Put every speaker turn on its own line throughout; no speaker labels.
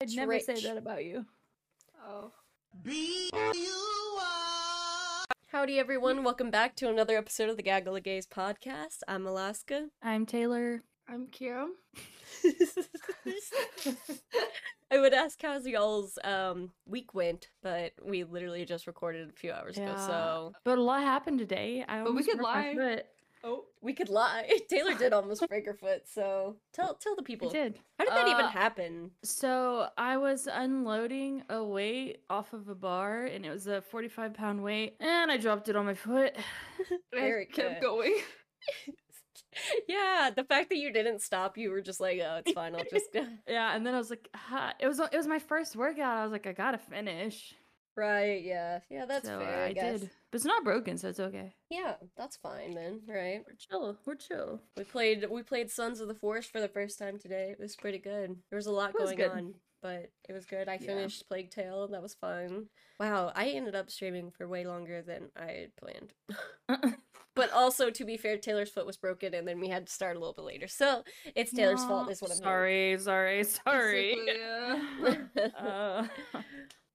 I'd never say
Rich.
that about you.
Oh.
Howdy, everyone. Welcome back to another episode of the Gaggle of Gays podcast. I'm Alaska.
I'm Taylor.
I'm Kira.
I would ask how's y'all's um, week went, but we literally just recorded a few hours ago,
Yeah.
so
But a lot happened today. I
But we
almost
could
broke my
lie.
foot.
oh.
we could lie. Taylor did almost break her foot, so tell tell the
I
people.
did.
How did that even
Uh,
happen?
So I was unloading a weight off of a bar, and it was a 45 pound weight, and I dropped it on my foot.
I
Erica.
kept going.
yeah, the fact that you didn't stop, you were just like, oh, it's fine. I'll just
Yeah, and then I was like, ha. it was it was my first workout. I was like, I gotta finish.
right. Yeah, yeah, that's
so
fair. I,
I
guess.
did, but it's not broken, so it's okay.
Yeah, that's fine then, right?
We're chill. We're chill.
We played we played Sons of the Forest for the first time today. It was pretty good. There was a lot
It was
going
good.
on, but it was good. I
Yeah.
finished Plague Tale. That was fun. Wow, I ended up streaming for way longer than I had planned. But also, to be fair, Taylor's foot was broken, and then we had to start a little bit later. So it's Taylor's fault.
No,
Is what I'm hearing.
sorry, sorry, sorry.
Basically, yeah.
uh,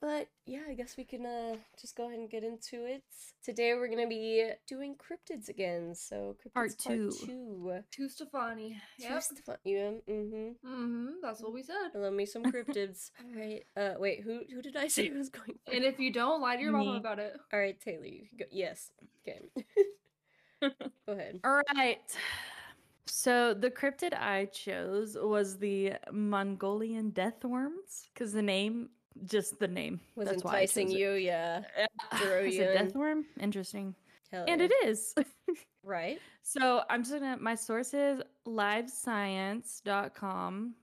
But yeah, I guess we can uh, just go ahead and get into it. Today we're gonna be doing cryptids again. So cryptids
Part
part
two.
two. two.
To Stefani.
Yep.
Yep.
Yeah. Mm-hmm.
Mm-hmm. That's what we said.
I love me some cryptids. All right. Uh, wait. Who who did I say was going? First?
And if you don't, lie to your
Me.
mama about it.
All right, Taylor. You can go. Yes. Okay. go ahead.
all right. So the cryptid I chose was the Mongolian death worms because the name, just the name,
Was
that's why I
enticing
chose it.
you? Yeah.
Yeah.
throw
Is
you
it
in.
death worm? Interesting,
Hell
and
yeah.
it is.
right.
So I'm just gonna my sources livescience.com,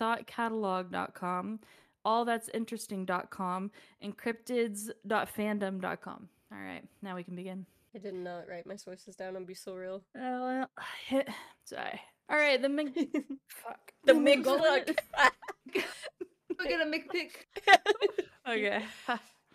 thoughtcatalog.com, all that's interesting.com, and cryptids.fandom.com. All right, now we can begin.
I did not write my sources down. I'm be so real.
Oh well, sorry. All right, the Mong- fuck
The
Mongolian-
Miglook.
We're gonna make pick.
Okay.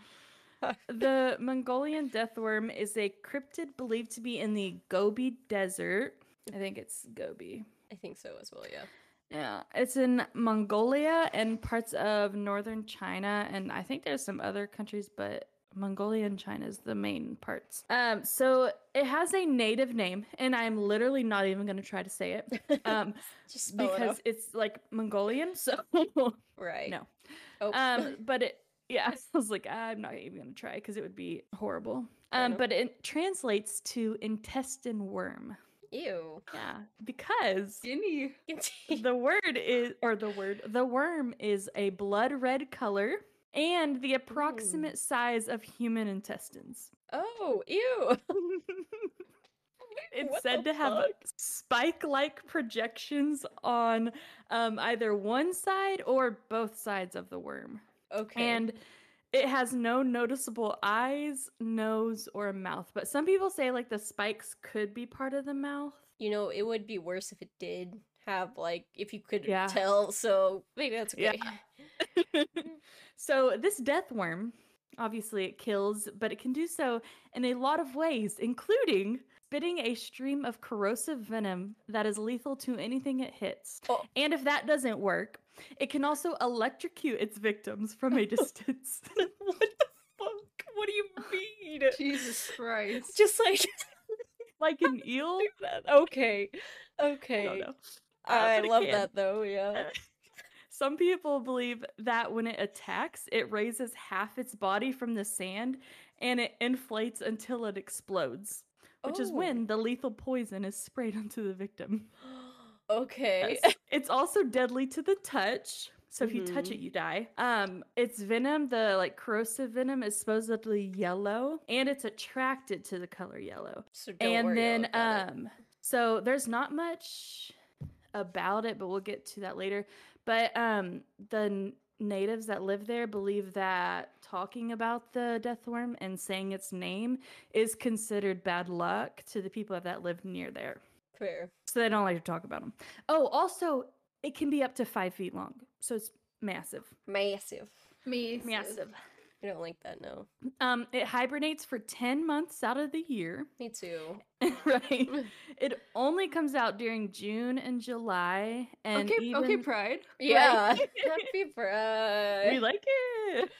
the Mongolian death worm is a cryptid believed to be in the Gobi Desert. I think it's Gobi.
I think so as well. Yeah.
Yeah, it's in Mongolia and parts of northern China, and I think there's some other countries, but Mongolia and China is the main parts. Um, so it has a native name, and I'm literally not even going to try to say it um,
Just spell it out.
because it's like Mongolian. So,
Right.
no.
Oh.
um, but it, yeah, I was like, "Ah, I'm not even going to try because it would be horrible.
Fair
Um,
enough.
but it translates to intestine worm.
Ew.
Yeah, because
Skinny.
Continue.
the word is or the word the worm is a blood red color and the approximate size of human intestines
Oh. Ew.
it's
What the
said to have
fuck?
spike like projections on um, either one side or both sides of the worm
Okay.
and it has no noticeable eyes nose or mouth but some people say like the spikes could be part of the mouth
you know it would be worse if it did have like if you could
Yeah.
tell. So maybe that's
Yeah.
okay.
so this death worm obviously it kills but it can do so in a lot of ways including spitting a stream of corrosive venom that is lethal to anything it hits
Oh.
and if that doesn't work it can also electrocute its victims from a distance
what the fuck? What do you mean?
Jesus Christ.
Just like
like an eel
that. Okay.
I
Okay.
don't know.
I,
but it Uh,
love
can.
that though, yeah.
Some people believe that when it attacks, it raises half its body from the sand and it inflates until it explodes, which is
Oh.
when the lethal poison is sprayed onto the victim.
okay.
Yes. It's also deadly to the touch. So if you touch
Mhm.
it, you die. Um, its venom, the like corrosive venom, is supposedly yellow, and it's attracted to the color yellow
So don't
and
worry
then
about it.
um so there's not much about it but we'll get to that later but um the n- natives that live there believe that talking about the death worm and saying its name is considered bad luck to the people that live near there
fair.
so they don't like to talk about them oh also it can be up to five feet long so it's massive
Massive.
Me.
massive
I don't like that. No,
Um, it hibernates for 10 months out of the year,
me too.
right? It only comes out during June and July. And
okay, okay,
even-
Pride.
Yeah, happy pride.
we like it.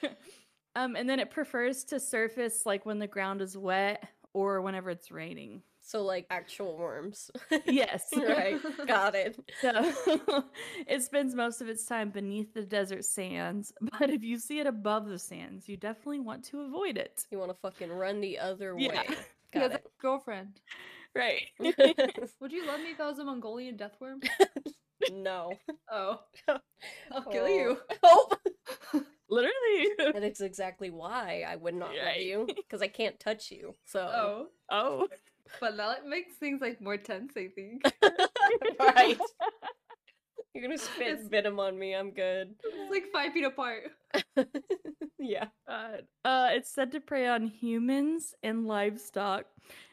um, and then it prefers to surface like when the ground is wet or whenever it's raining.
so like actual worms.
Yes.
right, got it.
So it spends most of its time beneath the desert sands, but if you see it above the sands, you definitely want to avoid it.
You want to fucking run the other
Yeah.
way.
He has
Got
a girlfriend.
Right.
it.
Would you love me if I was a Mongolian death worm?
no.
Oh. I'll
Oh.
kill you.
Oh.
Literally.
And it's exactly why I would not love
Right.
you because I can't touch you. So
Oh.
Oh.
But that makes things like more tense, I think.
right, you're gonna spit
It's-
venom on me. I'm good.
it's like five feet apart.
yeah.
God. Uh, it's said to prey on humans and livestock.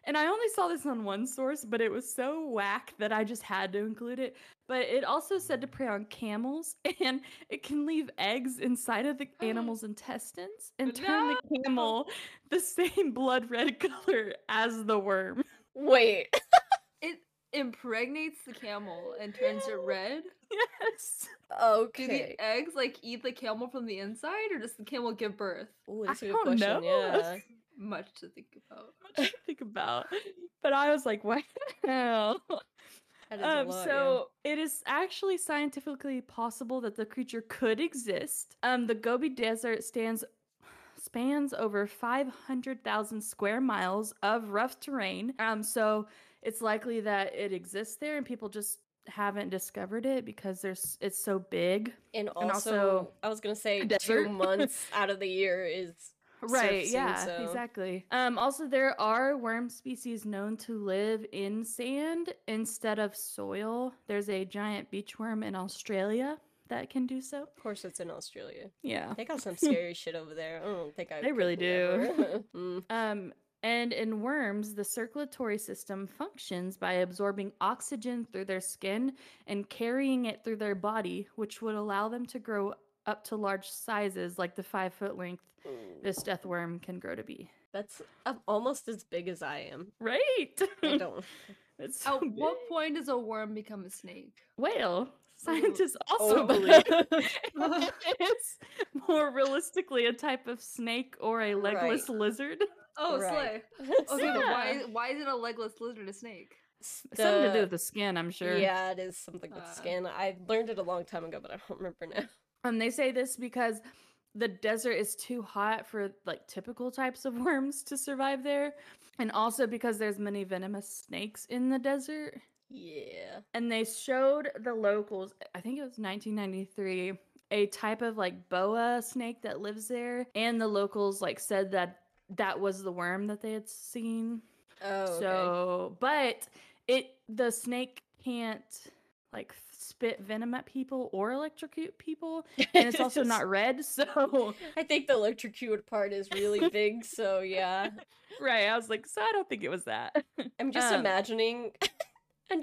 And I only saw this on one source, but it was so whack that I just had to include it. But it also said to prey on camels, and it can leave eggs inside of the animal's intestines and turn the camel the same blood red color as the worm.
Wait.
It impregnates the camel and turns it red.
Yes.
Do
Okay.
the eggs like eat the camel from the inside, or does the camel give birth?
Oh,
I
that's a good
don't
question.
know.
Yeah.
Much to think about.
Much to think about. But I was like, what the hell?
That is a
Um,
lot, yeah.
so it is actually scientifically possible that the creature could exist. Um, the Gobi Desert stands spans over 500,000 square miles of rough terrain. Um, so it's likely that it exists there, and people just haven't discovered it because there's it's so big.
and also,
and also
I was gonna say two
desert.
months out of the year is
Right,
surfacing,
yeah,
so-
exactly. Um, also, there are worm species known to live in sand instead of soil. There's a giant beach worm in Australia that can do so.
of course it's in Australia.
Yeah.
They got some scary shit over there. I don't think I
They
could
really do.
never. Mm.
Um, and in worms, the circulatory system functions by absorbing oxygen through their skin and carrying it through their body, which would allow them to grow up to large sizes, like the five foot length
Mm.
this death worm can grow to be.
That's i almost as big as I am.
Right. Oh,
I don't
It's so
At what
big.
point does a worm become a snake?
Well, scientists
Oh,
also
but-
believe it's more realistically a type of snake or a legless lizard.
Oh,
Right.
slay. Okay, but why
Yeah.
why is it a legless lizard a snake?
Something to do
The-
with the skin, I'm sure.
Yeah, it is something with
Uh.
skin. I learned it a long time ago, but I don't remember now.
Um, they say this because the desert is too hot for like typical types of worms to survive there, and also because there's many venomous snakes in the desert.
Yeah.
And they showed the locals, I think it was 1993, a type of like boa snake that lives there, and the locals like said that that was the worm that they had seen.
Oh. okay.
So, but it the snake can't like f- spit venom at people or electrocute people and it's also not red. So,
I think the electrocuted part is really big, so yeah.
right, I was like, so I don't think it was that.
I'm just
Um,
imagining I'm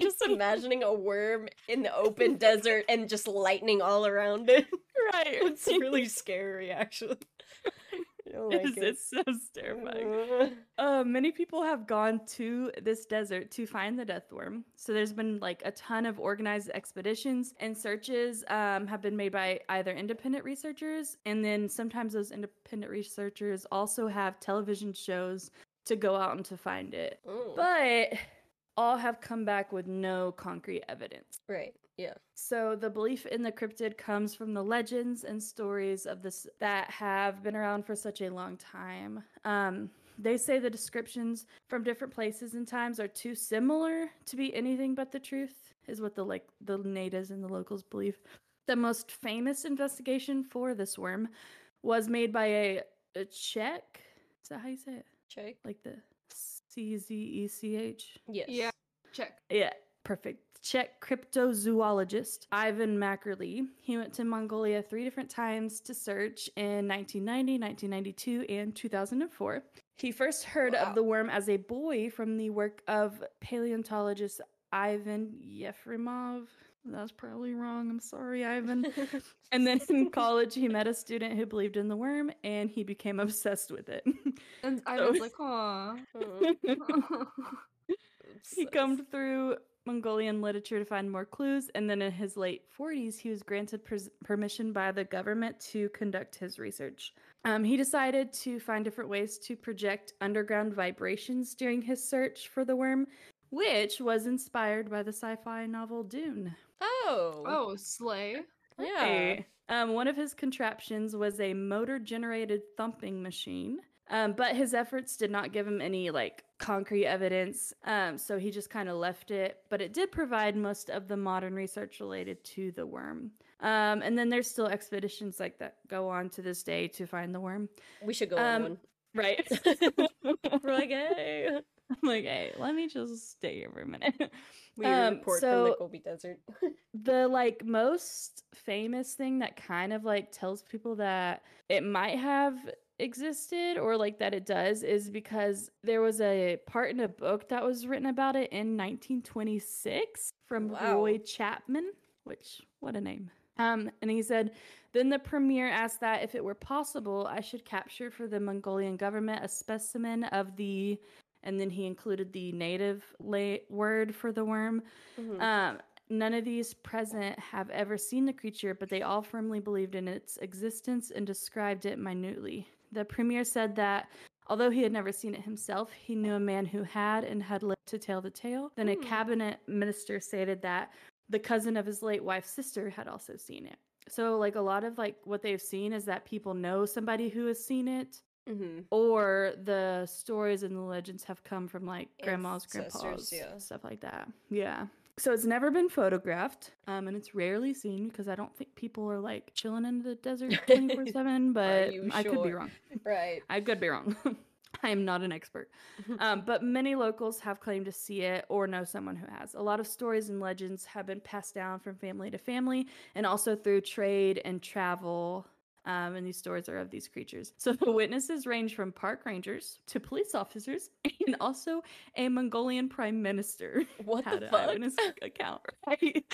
just imagining a worm in the open desert and just lightning all around it.
right,
It's really scary actually. Oh I don't like
it's,
it.
it's so terrifying. Uh, many people have gone to this desert to find the death worm. So there's been like a ton of organized expeditions and searches um, have been made by either independent researchers and then sometimes those independent researchers also have television shows to go out and to find it.
Mm,
But all have come back with no concrete evidence.
right. Yeah.
So the belief in the cryptid comes from the legends and stories of this that have been around for such a long time. Um, they say the descriptions from different places and times are too similar to be anything but the truth, is what the like the natives and the locals believe. The most famous investigation for this worm was made by a, a Czech. Is that how you say it?
Check.
Like the C Z E C H.
Yes.
Yeah. Check.
Yeah, perfect. Czech cryptozoologist Ivan Makarly. He went to Mongolia three different times to search in 1990, 1992, and 2004. He first heard
Wow.
of the worm as a boy from the work of paleontologist Ivan Yefremov. That's probably wrong. I'm sorry, Ivan. And then in college, he met a student who believed in the worm and he became obsessed with it.
And I
Oh,
was like, aw.
Mm,
he
sucks.
combed through Mongolian literature to find more clues, and then in his late 40s, he was granted pres permission by the government to conduct his research. Um, he decided to find different ways to project underground vibrations during his search for the worm, which was inspired by the sci fi novel Dune.
Oh.
oh, Slay.
Yeah.
Hey. Um, one of his contraptions was a motor generated thumping machine. Um, but his efforts did not give him any like concrete evidence. Um, so he just kind of left it. But it did provide most of the modern research related to the worm. Um, and then there's still expeditions like that go on to this day to find the worm.
We should go
Um,
on one.
Right.
We're like, hey.
I'm like, hey, let me just stay here for a minute.
We
Um,
report from
so-
the Gobi Desert.
the like most famous thing that kind of like tells people that it might have existed or like that it does is because there was a part in a book that was written about it in 1926 from Roy
Wow.
Chapman, which what a name. Um, and he said, then the premier asked that if it were possible, I should capture for the Mongolian government a specimen of the, and then he included the native la- word for the worm,
Mhm.
um, none of these present have ever seen the creature, but they all firmly believed in its existence and described it minutely. The premier said that although he had never seen it himself, he knew a man who had and had lived to tell the tale. Then a
Hmm.
cabinet minister stated that the cousin of his late wife's sister had also seen it. So like a lot of like what they've seen is that people know somebody who has seen it
Mhm.
or the stories and the legends have come from like grandmas,
Ancestors,
grandpas,
yeah.
stuff like that. Yeah. So it's never been photographed, um, and it's rarely seen because I don't think people are like chilling in the desert twenty four seven. But
you
I could be
sure?
wrong.
Right.
I could be wrong. I am not an expert. Um, but many locals have claimed to see it or know someone who has. A lot of stories and legends have been passed down from family to family and also through trade and travel. Um, and these stories are of these creatures. So the witnesses range from park rangers to police officers and also a Mongolian prime minister
What
had
the
an
fuck?
eyewitness account, right?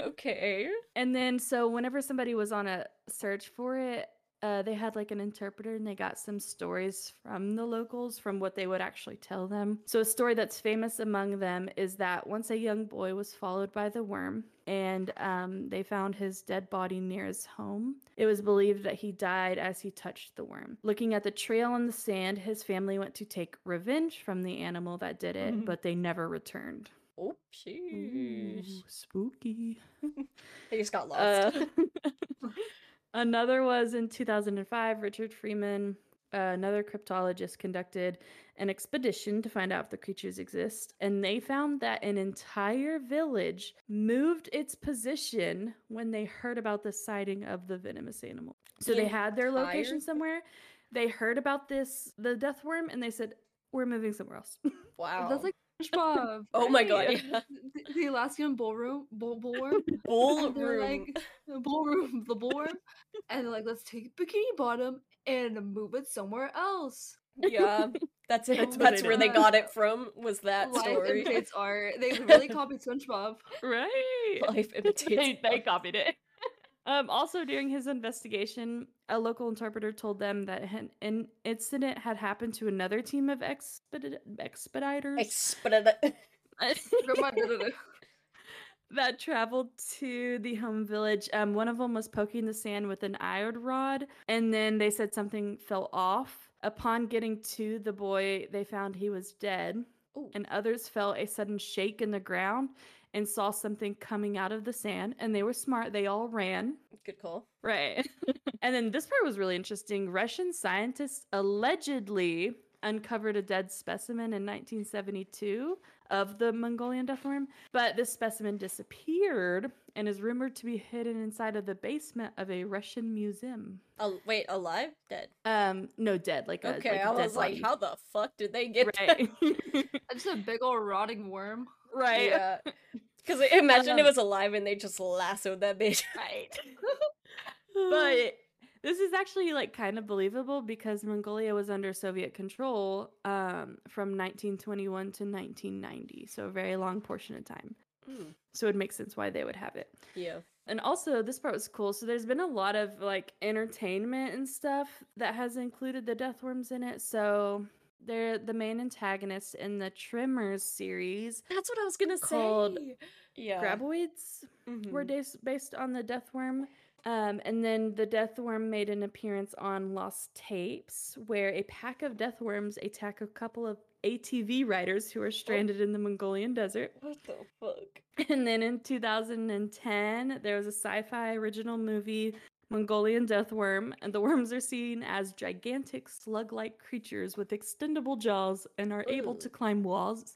Okay.
And then, so whenever somebody was on a search for it, uh, they had like an interpreter and they got some stories from the locals from what they would actually tell them. So, a story that's famous among them is that once a young boy was followed by the worm and um, they found his dead body near his home. It was believed that he died as he touched the worm. Looking at the trail in the sand, his family went to take revenge from the animal that did it, but they never returned.
Oh, sheesh.
Ooh, spooky.
They just got lost.
Uh, another was in 2005. Richard Freeman, uh, another cryptologist, conducted an expedition to find out if the creatures exist, and they found that an entire village moved its position when they heard about the sighting of the venomous animal. So
The
they had their
entire
location
vi-
somewhere. They heard about this, the death worm, and they said, "We're moving somewhere else."
wow.
That's like SpongeBob.
Oh my god,
right?
yeah.
The, the Alaskan bullroom, bull, bullworm.
Bull
and they're
room.
like the bullroom, the bullworm, and they're like, let's take Bikini Bottom and move it somewhere else.
yeah. That's it. That's,
That's what they
where they
did.
got it from, was that
Life
story.
imitates art. They really copied SpongeBob.
right?
Life imitates.
they, they copied it. Um, also, during his investigation, a local interpreter told them that an, an incident had happened to another team of expedi- expediters
Expedite.
that traveled to the home village. Um, one of them was poking the sand with an iron rod, and then they said something fell off. Upon getting to the boy, they found he was dead,
Ooh.
and others felt a sudden shake in the ground and saw something coming out of the sand. And they were smart; they all ran.
Good call.
Right. and then this part was really interesting. Russian scientists allegedly uncovered a dead specimen in 1972 of the Mongolian death worm, but this specimen disappeared and is rumored to be hidden inside of the basement of a Russian museum.
Al- wait, alive? Dead.
Um, no, dead, like a
Okay,
like a
I
dead
was like,
body.
how the fuck did they get that?
right,
Just a big old rotting worm.
right,
Yeah. Because imagine it
Um,
was alive and they just lassoed that bitch.
right. but this is actually like kind of believable because Mongolia was under Soviet control um, from 1921 to 1990, so a very long portion of time.
Mm,
So it would make sense why they would have it.
yeah.
And also, this part was cool. So there's been a lot of like entertainment and stuff that has included the death worms in it. So they're the main antagonist in the Trimmers series.
That's what I was gonna
Called
say. Yeah.
Graboids were
Mhm.
dis- based on the death worm. Um, and then the death worm made an appearance on Lost Tapes, where a pack of death worms attack a couple of ATV riders who are stranded in the Mongolian desert.
What the fuck?
And then in 2010, there was a sci fi original movie, Mongolian Death Worm, and the worms are seen as gigantic slug like creatures with extendable jaws and are able to
Ooh.
climb walls.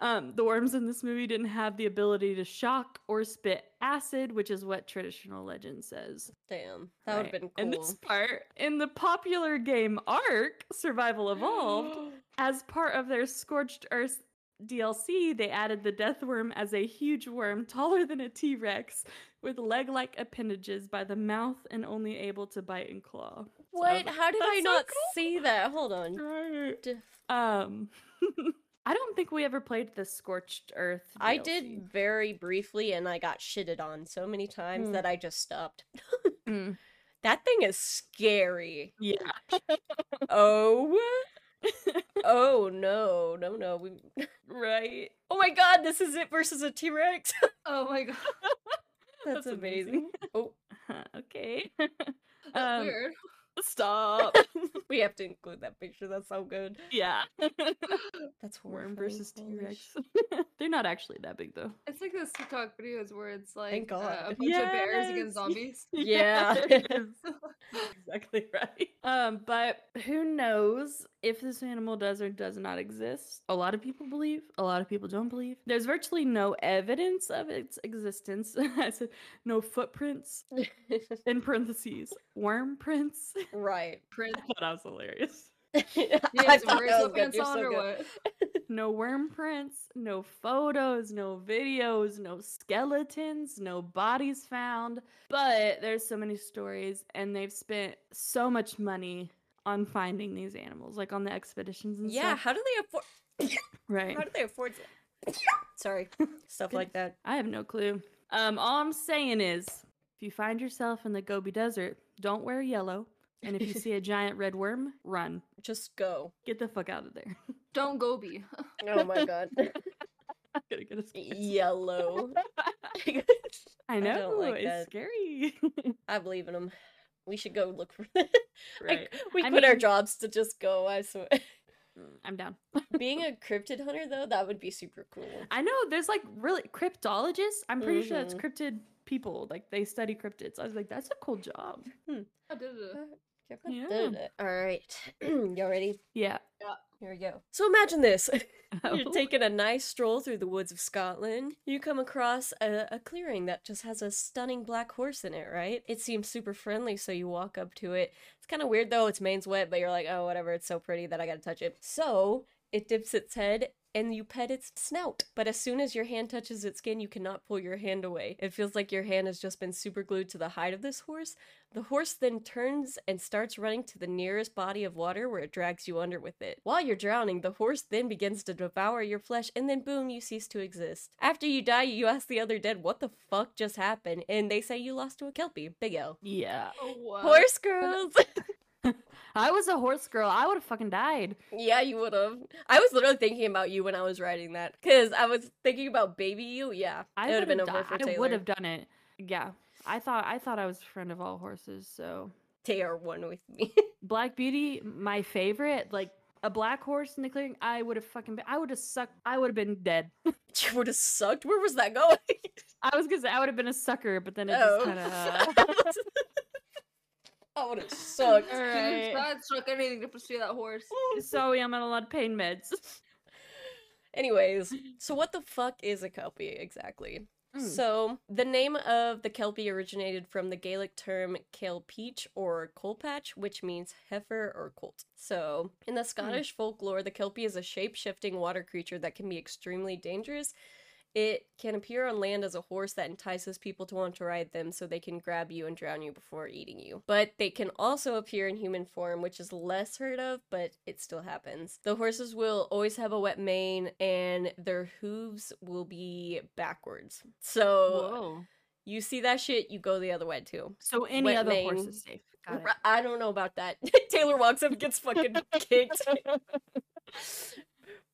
Um, the worms in this movie didn't have the ability to shock or spit acid, which is what traditional legend says.
Damn, that would
right?
have been
And
cool.
this part, in the popular game Ark Survival Evolved, as part of their Scorched Earth DLC, they added the death worm as a huge worm taller than a T Rex with leg like appendages by the mouth and only able to bite and claw.
What?
like,
How did
"That's
I
so
not
cool."
see that? Hold on. D-
Um, I don't think we ever played the Scorched Earth.
I
DLC.
did very briefly, and I got shitted on so many times
Mm.
that I just stopped.
Mm,
That thing is scary.
yeah.
Oh, oh no, no, no. We.
Right.
Oh my God, this is it versus a T Rex.
Oh my god,
That's, amazing. oh,
okay.
that's
Um,
weird.
Stop.
we have to include that picture. That's so good.
yeah.
That's
Worm
horrifying.
versus T
Holy
Rex.
sh-
They're not actually that big though.
It's like those TikTok videos where it's like uh, a
God.
bunch of bears
Yes.
against zombies.
Yeah.
it is. exactly right. Um, but who knows if this animal does or does not exist? A lot of people believe, a lot of people don't believe. There's virtually no evidence of its existence. I said no footprints in parentheses. Worm prints.
right.
Print.
I thought that was hilarious.
You
I
have some
thought
weird
that was good.
sweatpants
You're
on
so
or
good.
what?
No worm prints, no photos, no videos, no skeletons, no bodies found. But there's so many stories, and they've spent so much money on finding these animals, like on the expeditions and
Yeah,
stuff.
how do they afford?
Right.
How do they afford? to- Sorry, stuff like that.
I have no clue. Um, all I'm saying is if you find yourself in the Gobi Desert, don't wear yellow. And if you see a giant red worm, run.
Just go.
Get the fuck out of there.
Don't go be.
Oh my god.
I'm gonna get us.
Yellow.
I know
don't like
it's
that.
scary.
I believe in them. We should go look for them.
right.
we
I
quit our
mean- jobs
jobs to just go. I swear.
I'm down.
Being a cryptid hunter though, that would be super cool.
I know there's like really cryptologists. I'm pretty sure that's
Mhm.
cryptid people. Like they study cryptids. I was like, that's a cool job.
I did it.
Yeah.
All right. Y'all ready?
Yeah.
Here we go. So imagine this.
Oh.
You're taking a nice stroll through the woods of Scotland. You come across a, a clearing that just has a stunning black horse in it, right? It seems super friendly, so you walk up to it. It's kind of weird though, its mane's wet, but you're like, oh, whatever, it's so pretty that I gotta touch it. So it dips its head and you pet its snout. But as soon as your hand touches its skin, you cannot pull your hand away. It feels like your hand has just been super glued to the hide of this horse. The horse then turns and starts running to the nearest body of water where it drags you under with it. While you're drowning, the horse then begins to devour your flesh and then boom, you cease to exist. After you die, you ask the other dead, what the fuck just happened? And they say you lost to a Kelpie. Big L.
Yeah.
Oh, what?
Horse girls!
I was a horse girl. I would have fucking died.
Yeah, you would have. I was literally thinking about you when I was writing that because I was thinking about baby you. Yeah,
I
it would
would
have been over for Taylor.
I would have done it. Yeah. I thought I thought I was a friend of all horses. So
They are one with me.
Black Beauty, my favorite. Like a black horse in the clearing. I would have fucking. Been, I would have sucked. I would have been dead.
you would have sucked. Where was that going?
I was gonna say I would have been a sucker, but then it
Oh.
just kind of.
I would have sucked.
All
Alright.
right. Not struck anything to pursue that horse.
Sorry, I'm on a lot of pain meds.
Anyways, so what the fuck is a Kelpie exactly?
Mm.
So the name of the Kelpie originated from the Gaelic term kale peach or colpatch, which means heifer or colt. So in the Scottish folklore, the Kelpie is a shape-shifting water creature that can be extremely dangerous It can appear on land as a horse that entices people to want to ride them so they can grab you and drown you before eating you. But they can also appear in human form, which is less heard of, but it still happens. The horses will always have a wet mane and their hooves will be backwards. So
Whoa.
you see that shit, you go the other way too.
So any
wet
other horse
mane.
is safe. Got it.
R- I don't know about that. Taylor walks up, gets fucking kicked.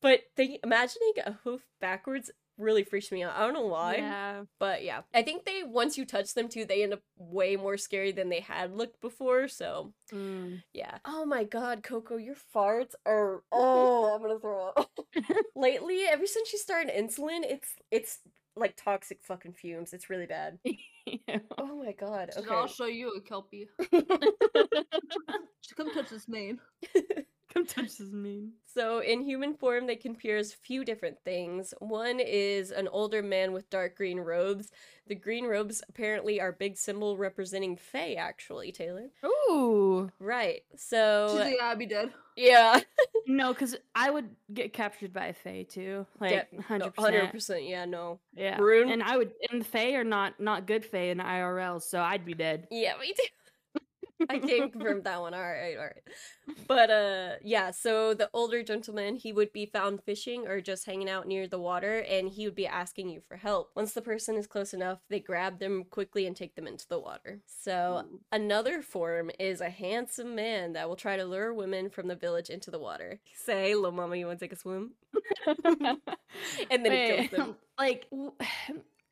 but thinking, imagining a hoof backwards really freaks me out. I don't know why,
Yeah.
but yeah, I think they once you touch them too, they end up way more scary than they had looked before. So
Mm.
yeah. Oh my god, Coco, your farts are oh, I'm gonna throw up. Lately, ever since she started insulin, it's it's like toxic fucking fumes. It's really bad. Oh my god.
She's,
Okay.
I'll show you a kelpie. Just Come touch this mane.
Come touch this mane.
So, in human form, they can appear as few different things. One is an older man with dark green robes. The green robes apparently are big symbol representing Fae, actually, Taylor.
Ooh.
Right.
She's
So,
like, "Yeah, I'd be dead.
yeah.
No, because I would get captured by a fae too. Like hundred percent.
100%. Yeah, no.
Yeah.
Rune.
And I would. And fae are not not good fae in IRL, so I'd be dead.
Yeah, me too. I can't confirm that one. All right, all right. But uh yeah, so the older gentleman, he would be found fishing or just hanging out near the water and he would be asking you for help. Once the person is close enough, they grab them quickly and take them into the water. So
Ooh.
another form is a handsome man that will try to lure women from the village into the water. Say, "Little mama, you want to take a swim?" And then he
Wait,
kills them.
like, w-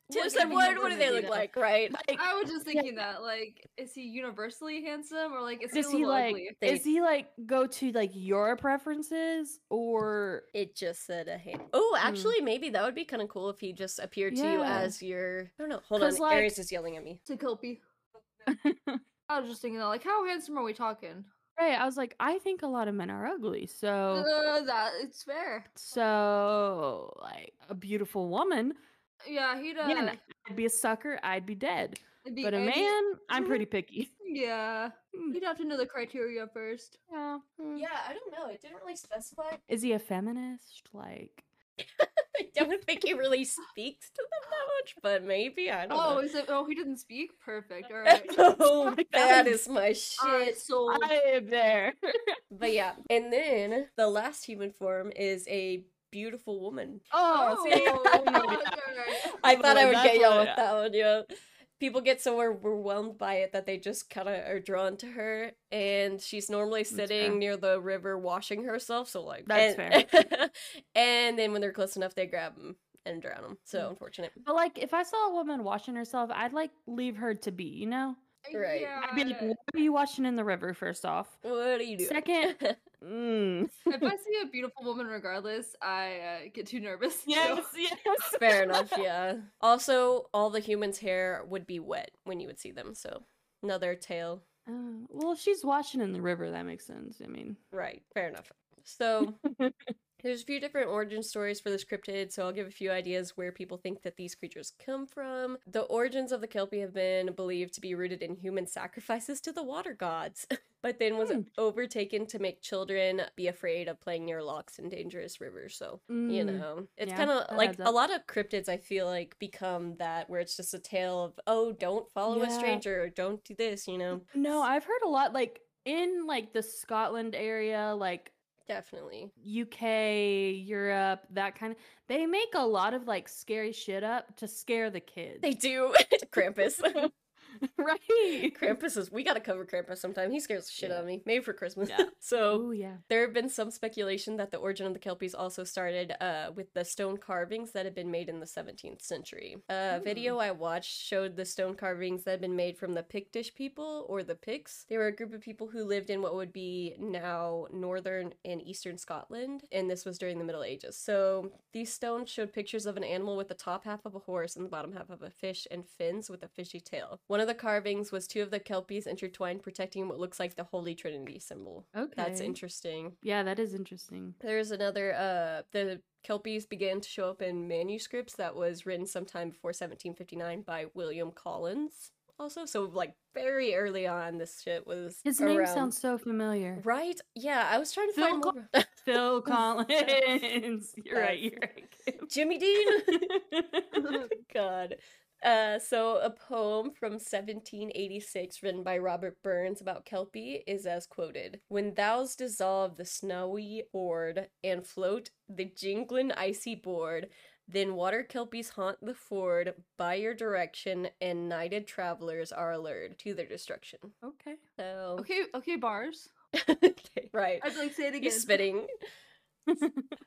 Just
could
like,
be
what,
more
what do they
than
look
enough?
like, right?
like,
I was just thinking that, like, is he universally handsome or like is he a
does he
little
like?
ugly?
They-
Is he like go to like your preferences or?
It just said a hand. Oh,
Hmm.
actually, maybe that would be kind of cool if he just appeared to you
Yeah.
as your. I don't know. Hold on,
'Cause, like-
Aries is yelling at me.
It's a kelpie. I was just thinking that, like, how handsome are we talking?
Right, I was like, I think a lot of men are ugly, so
Uh, that it's fair.
so like a beautiful woman,
Yeah, he'd uh,
yeah, no, I'd be a sucker, I'd be dead.
it'd be
But a
edgy.
man, I'm pretty picky.
Yeah, hmm,
Mm,
he'd have to know the criteria first.
yeah, mm.
I don't know. It didn't really specify.
Is he a feminist? Like,
I don't think he really speaks to them that much, but maybe I don't
Oh,
know.
is it? Oh, he didn't speak. Perfect. All right.
oh,
Like, that
that
is-
is my
All right,
shit.
so
I am there.
But yeah, and then the last human form is a beautiful woman.
oh, see?
Oh,
my
all
God.
right.
I thought I
Well,
would
that's
get y'all
what-
with that one, yeah. People get so overwhelmed by it that they just kind of are drawn to her, and she's normally
fair.
sitting near the river washing herself. So like
That's
and, fair. and then when they're close enough, they grab them and drown them. So
Mm.
unfortunate.
But like, if I saw a woman washing herself, I'd like leave her to be. You know,
Right.
I'd be like,
Yeah.
"What are you washing in the river?" First off,
What do you do?
second, mm.
if I see a beautiful woman, regardless, I uh, get too nervous. so-
yes.
fair enough. Yeah. Also, all the humans' hair would be wet when you would see them. So another tail.
Uh, well, if she's washing in the river, that makes sense. I mean,
Right. Fair enough. So there's a few different origin stories for this cryptid, so I'll give a few ideas where people think that these creatures come from. The origins of the Kelpie have been believed to be rooted in human sacrifices to the water gods, but then was
Hmm.
overtaken to make children be afraid of playing near locks and dangerous rivers. So you
mm,
know it's
Yeah,
kind of
that
like
adds
a
up.
lot of cryptids i feel like become that where it's just a tale of oh don't follow a
Yeah.
stranger or don't do this you know
No, I've heard a lot like in like the Scotland area, like
definitely
UK, Europe, that kind of. They make a lot of like scary shit up to scare the kids.
they do krampus
right.
Krampus is we gotta cover Krampus sometime. He scares the shit out of me. Maybe for Christmas.
Yeah.
so
Oh yeah.
there have been some speculation that the origin of the Kelpies also started uh, with the stone carvings that had been made in the 17th century. A
Hmm.
video I watched showed the stone carvings that had been made from the Pictish people or the Picts. They were a group of people who lived in what would be now northern and eastern Scotland, and this was during the Middle Ages. So these stones showed pictures of an animal with the top half of a horse and the bottom half of a fish and fins with a fishy tail. One of the carvings was two of the Kelpies intertwined, protecting what looks like the Holy Trinity symbol.
Okay.
That's interesting.
Yeah, that is interesting.
There's another uh the Kelpies began to show up in manuscripts that was written sometime before 1759 by William Collins. also. So like very early on, this shit was
His name
around-
sounds so familiar.
right. Yeah, I was trying to
Phil
find
Col-
more-
Phil Collins. You're right. You're right.
Jimmy Dean.
Kim.
God. Uh, so a poem from 1786 written by Robert Burns about Kelpie is as quoted. When thou's dissolve the snowy hoard and float the jingling icy board, then water kelpies haunt the ford by your direction, and knighted travelers are allured to their destruction.
okay.
So,
Okay, okay, bars.
Okay, right.
I'd like say it again.
He's spitting.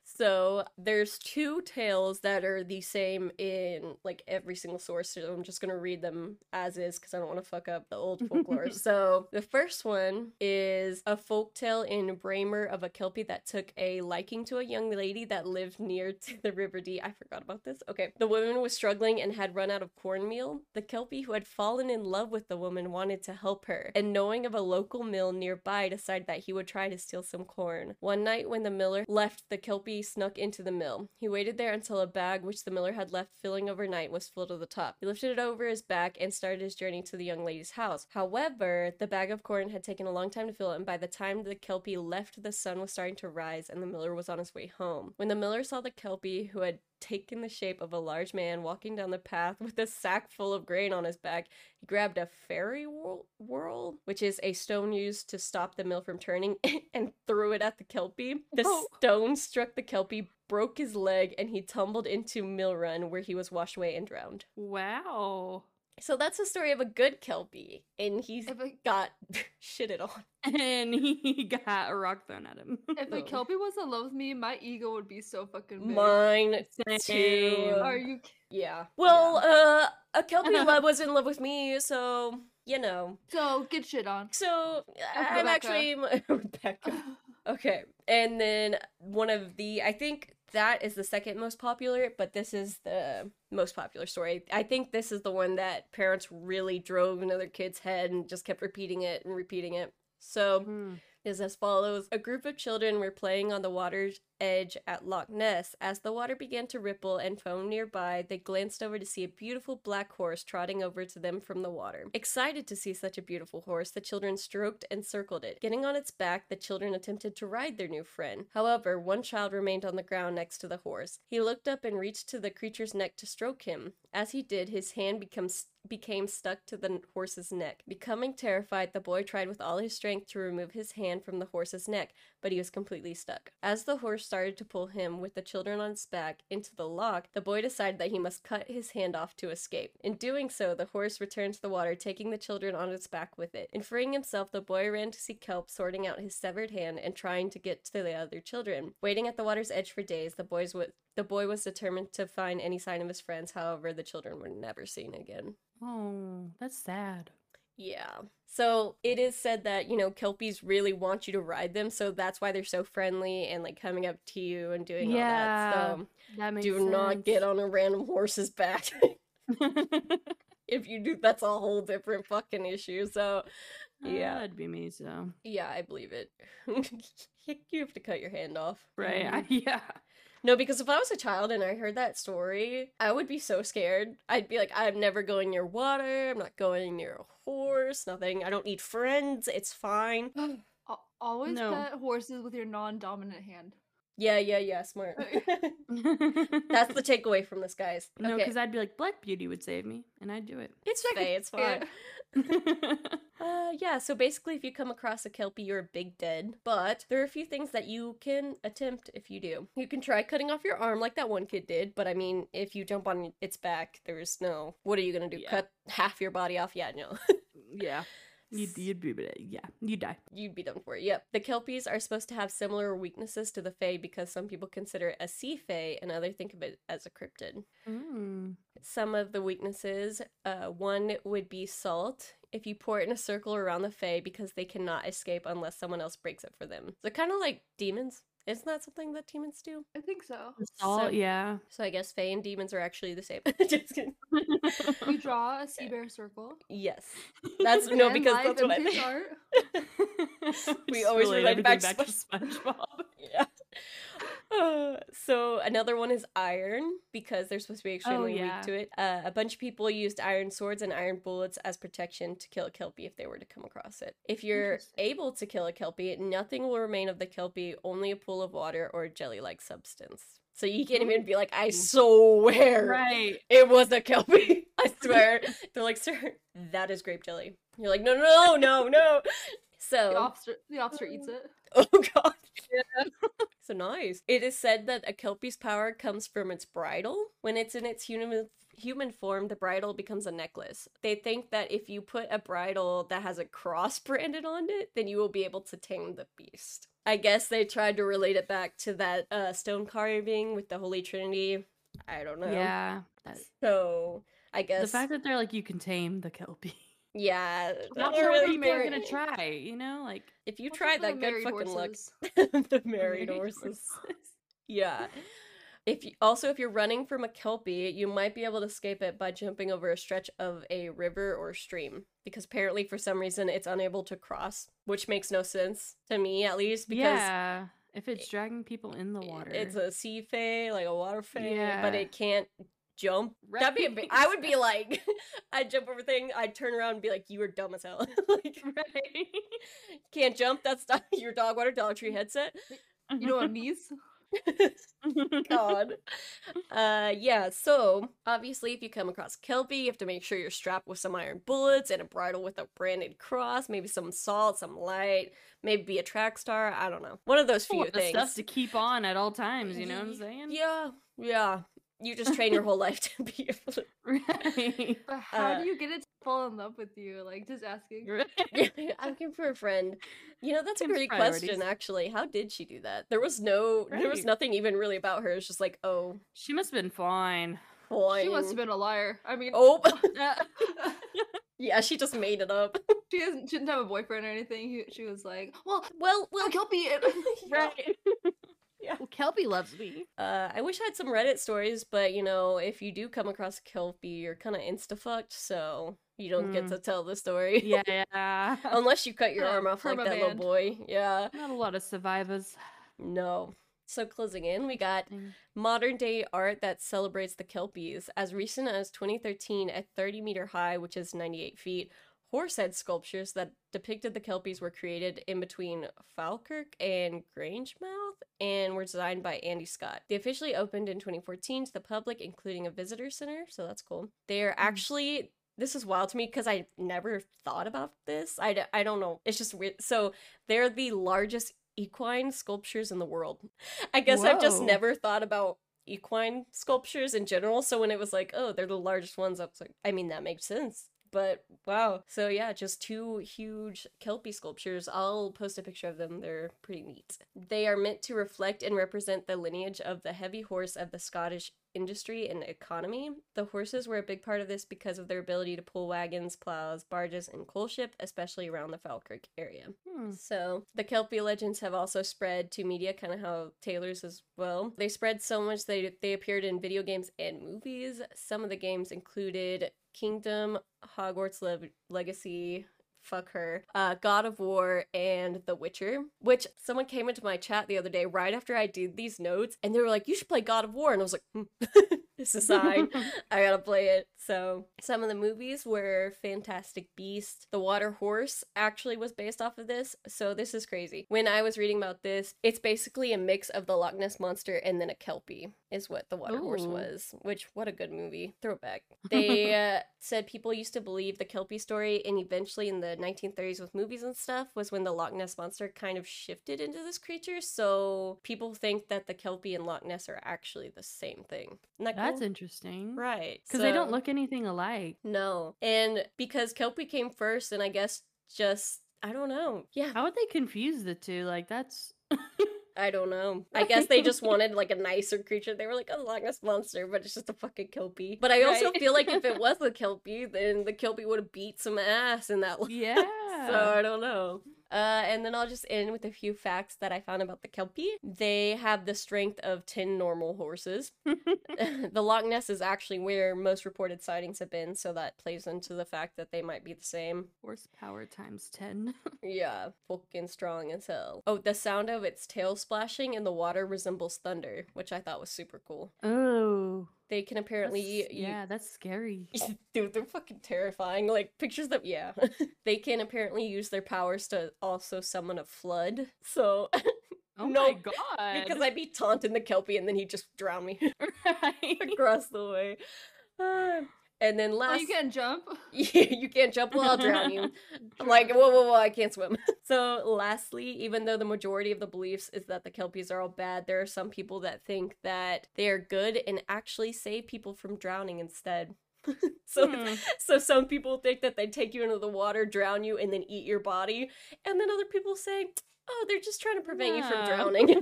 so there's two tales that are the same in like every single source. So I'm just gonna read them as is because I don't want to fuck up the old folklore. so the first one is a folk tale in Bramer of a kelpie that took a liking to a young lady that lived near to the River Dee. I forgot about this. Okay, the woman was struggling and had run out of cornmeal. The kelpie who had fallen in love with the woman wanted to help her, and knowing of a local mill nearby, decided that he would try to steal some corn. One night, when the miller left, the kelpie snuck into the mill. He waited there until a bag which the miller had left filling overnight was filled to the top. He lifted it over his back and started his journey to the young lady's house. However, the bag of corn had taken a long time to fill, and by the time the kelpie left, the sun was starting to rise, and the miller was on his way home. When the miller saw the kelpie who had taken the shape of a large man walking down the path with a sack full of grain on his back, he grabbed a fairy whirl, whirl which is a stone used to stop the mill from turning, and threw it at the kelpie. The
Oh.
stone struck the kelpie, broke his leg, and he tumbled into Mill Run, where he was washed away and drowned.
Wow.
So that's the story of a good kelpie, and he
If a,
got shitted on.
And he got a rock thrown at him.
if a
No.
Kelpie was in love with me, my ego would be so fucking big.
Mine too.
Same.
Are you ki-
Yeah. Well, uh, a kelpie love was in love with me, so you know.
so get shit on?
So I'm
Rebecca.
actually Rebecca. Okay, and then one of the I think that is the second most popular, but this is the most popular story. I think this is the one that parents really drove into their kids' head and just kept repeating it and repeating it. So
Mm-hmm.
is as follows A group of children were playing on the water's edge at Loch Ness. As the water began to ripple and foam nearby, they glanced over to see a beautiful black horse trotting over to them from the water. Excited to see such a beautiful horse, the children stroked and circled it. Getting on its back, the children attempted to ride their new friend. However, one child remained on the ground next to the horse. He looked up and reached to the creature's neck to stroke him. As he did, his hand becomes became stuck to the n- horse's neck. Becoming terrified, the boy tried with all his strength to remove his hand from the horse's neck, but he was completely stuck. As the horse started to pull him, with the children on its back, into the lock, the boy decided that he must cut his hand off to escape. In doing so, the horse returned to the water, taking the children on its back with it. In freeing himself, the boy ran to see Kelp sorting out his severed hand and trying to get to the other children. Waiting at the water's edge for days, the boys wa- the boy was determined to find any sign of his friends, however, the children were never seen again.
Oh, that's sad.
Yeah. So it is said that, you know, Kelpies really want you to ride them, so that's why they're so friendly and like coming up to you and doing all
Yeah,
that. So
That makes
do not get on a random horse's back. if you do, that's a whole different fucking issue. So Yeah.
yeah, that'd be me. So
yeah, I believe it. you have to cut your hand off.
right,
Mhm.
I- yeah.
No, because if I was a child and I heard that story, I would be so scared. I'd be like, I'm never going near water. I'm not going near a horse, nothing. I don't need friends. It's fine.
Al- Always
No.
pet horses with your non-dominant hand.
Yeah, yeah, yeah, smart. That's
that's
the takeaway from this, guys.
no,
Okay.
because I'd be like Black Beauty would save me, and I'd do it.
it's Faye, it's fine.
Yeah.
Uh, yeah, so basically, if you come across a Kelpie, you're a big dead. But there are a few things that you can attempt if you do. You can try cutting off your arm like that one kid did, but I mean, if you jump on its back, there's no. What are you gonna do?
Yeah.
Cut half your body off? Yeah, no.
yeah, you'd, you'd be, uh, yeah, you die.
You'd be done for. Yep. The Kelpies are supposed to have similar weaknesses to the Fae because some people consider it a sea Fae and others think of it as a cryptid.
Mm.
some of the weaknesses. Uh, one would be salt. If you pour it in a circle around the Fae, because they cannot escape unless someone else breaks it for them. So kind of like demons. Isn't that something that demons do?
I think so.
Salt,
So-
yeah.
So I guess Fae and demons are actually the same. Just kidding.
You draw a sea bear circle.
Yes, that's no
and
because
live
that's what I
vintage
think.
art.
Just
always relate
everything
back to
back to SpongeBob.
Yeah. Uh, so another one is iron because they're supposed to be extremely
Oh, yeah.
weak to it. Uh, a bunch of people used iron swords and iron bullets as protection to kill a kelpie if they were to come across it. If you're
Interesting.
able to kill a kelpie, nothing will remain of the kelpie, only a pool of water or a jelly-like substance. So you can't even be like, I swear
Right.
it was a kelpie. I swear. They're like, sir, that is grape jelly. You're like, no, no, no, no.
The
So,
officer, the officer eats it.
oh god. So nice. It is said that a kelpie's power comes from its bridle. When it's in its human human form, the bridle becomes a necklace. They think that if you put a bridle that has a cross branded on it, then you will be able to tame the beast. I guess they tried to relate it back to that uh, stone carving with the Holy Trinity. I don't know.
Yeah. that-
So I guess
the fact that they're like you can tame the kelpie.
Yeah,
That's
that's
what
really
people are gonna
important.
try. You know, like
If you
What's
tried
with the
that, good
married
fucking luck.
horses?
the married horses. Yeah. If you, also if you're running from a kelpie, you might be able to escape it by jumping over a stretch of a river or stream because apparently for some reason it's unable to cross, which makes no sense to me at least because
yeah, if it's dragging people in the
i-
water,
it's a sea fae, like a water fae,
Yeah.
but it can't jump.
Right.
That'd be a bit, I would be like I'd jump over thing, I'd turn around and be like you are dumb as hell. like
right.
can't jump. That's not your dog water Dollar Tree headset.
You know what knees?
Mm-hmm.
God. Uh, yeah. So obviously, if you come across kelpie, you have to make sure you're strapped with some iron bullets and a bridle with a branded cross, maybe some salt, some light, maybe a track star. I don't know. One of those few
want the
things.
stuff to keep on at all times. You know what I'm
Ye-
saying?
Yeah. Yeah. You just train your whole life to be able to.
Right.
But how
Uh,
do you get it to fall in love with you? Like just asking.
Right.
Yeah, I'm looking for a friend. You know, that's a
Tim's
great
priorities.
question, actually. How did she do that? There was no, there was
Right.
nothing even really about her. It's just like, oh,
She must have been fine.
boy.
She must have been a liar. I mean,
Oh,
Uh,
yeah, she just made it up.
she hasn't, she didn't have a boyfriend or anying. He, she was like, "Well,
Well,
well,
well,
Kelpie." It.
right.
Yeah.
Well, Kelpie loves me.
uh, I wish I had some Reddit stories, but you know, if you do come across a Kelpie, you're kind of insta fucked, so you don't get
Mm.
to tell the story
Yeah.
unless you cut your
Yeah,
arm off like that
permabanned.
little boy. Yeah,
Not a lot of survivors.
no. So closing in, we got modern day art that celebrates the Kelpies. As recent as 2013, at 30 meter high, which is 98 feet, horsehead sculptures that depicted the Kelpies were created in between Falkirk and Grangemouth and were designed by Andy Scott. They officially opened in 2014 to the public, including a visitor center, so that's cool. They are actually. This is wild to me because I never thought about this. I, d- I don't know. It's just weird. So they're the largest equine sculptures in the world. I guess I've just
Whoa.
never thought about equine sculptures in general. So when it was like, oh, they're the largest ones, I was like, I mean, that makes sense. But wow. So yeah, just two huge Kelpie sculptures. I'll post a picture of them. They're pretty neat. They are meant to reflect and represent the lineage of the heavy horse of the Scottish industry and economy. The horses were a big part of this because of their ability to pull wagons, plows, barges, and coal ship, especially around the Falkirk area.
Hmm.
So the Kelpie legends have also spread to media, kind of how Taylor's as well. They spread so much they they appeared in video games and movies. Some of the games included Kingdom, Hogwarts Le- Legacy. Fuck her. Uh, God of War and The Witcher, which someone came into my chat the other day right after I did these notes, and they were like, You should play God of War. And I was like, hmm. It's a sign. I gotta play it. So some of the movies were Fantastic Beast. The Water Horse actually was based off of this. So this is crazy. When I was reading about this, it's basically a mix of the Loch Ness monster and then a kelpie is what the Water Horse
Ooh.
was. Which what a good movie throwback. They uh, said people used to believe the kelpie story, and eventually in the 1930s with movies and stuff was when the Loch Ness monster kind of shifted into this creature. So people think that the kelpie and Loch Ness are actually the same thing. Isn't that
That's
cool?
interesting.
Right.
Because they don't
so-
look anything alike.
No. And because Kelpie came first, and I guess just. I don't know. Yeah,
How would they confuse the two? Like that's
I don't know. I guess they just wanted like a nicer creature. They were like, oh, Loch Ness monster, but it's just a fucking Kelpie. But I also
Right.
feel like if it was a Kelpie, then the Kelpie would have beat some ass in that. one.
yeah.
So I don't know. Uh, and then I'll just end with a few facts that I found about the Kelpie. They have the strength of 10 normal horses. the Loch Ness is actually where most reported sightings have been, so that plays into the fact that they might be the same.
Horsepower times 10.
Yeah, fucking strong as hell. Oh, the sound of its tail splashing in the water resembles thunder, which I thought was super cool.
Oh.
They can apparently eat.
that's- yeah, that's scary.
Dude, they're fucking terrifying. Like pictures of yeah. they can apparently use their powers to also summon a flood. So
Oh
No,
my god.
because I'd be taunting the Kelpie and then he'd just drown me
Right.
across the way. Ah. and then
Oh,
last
you can jump.
you, you can't jump, well, I'll drown you. I'm like, whoa, whoa, whoa, I can't swim. so, lastly, even though the majority of the beliefs is that the Kelpies are all bad, there are some people that think that they are good and actually save people from drowning instead. so,
Hmm.
so some people think that they take you into the water, drown you, and then eat your body, and then other people say, "Oh, they're just trying to prevent you from
No.
drowning."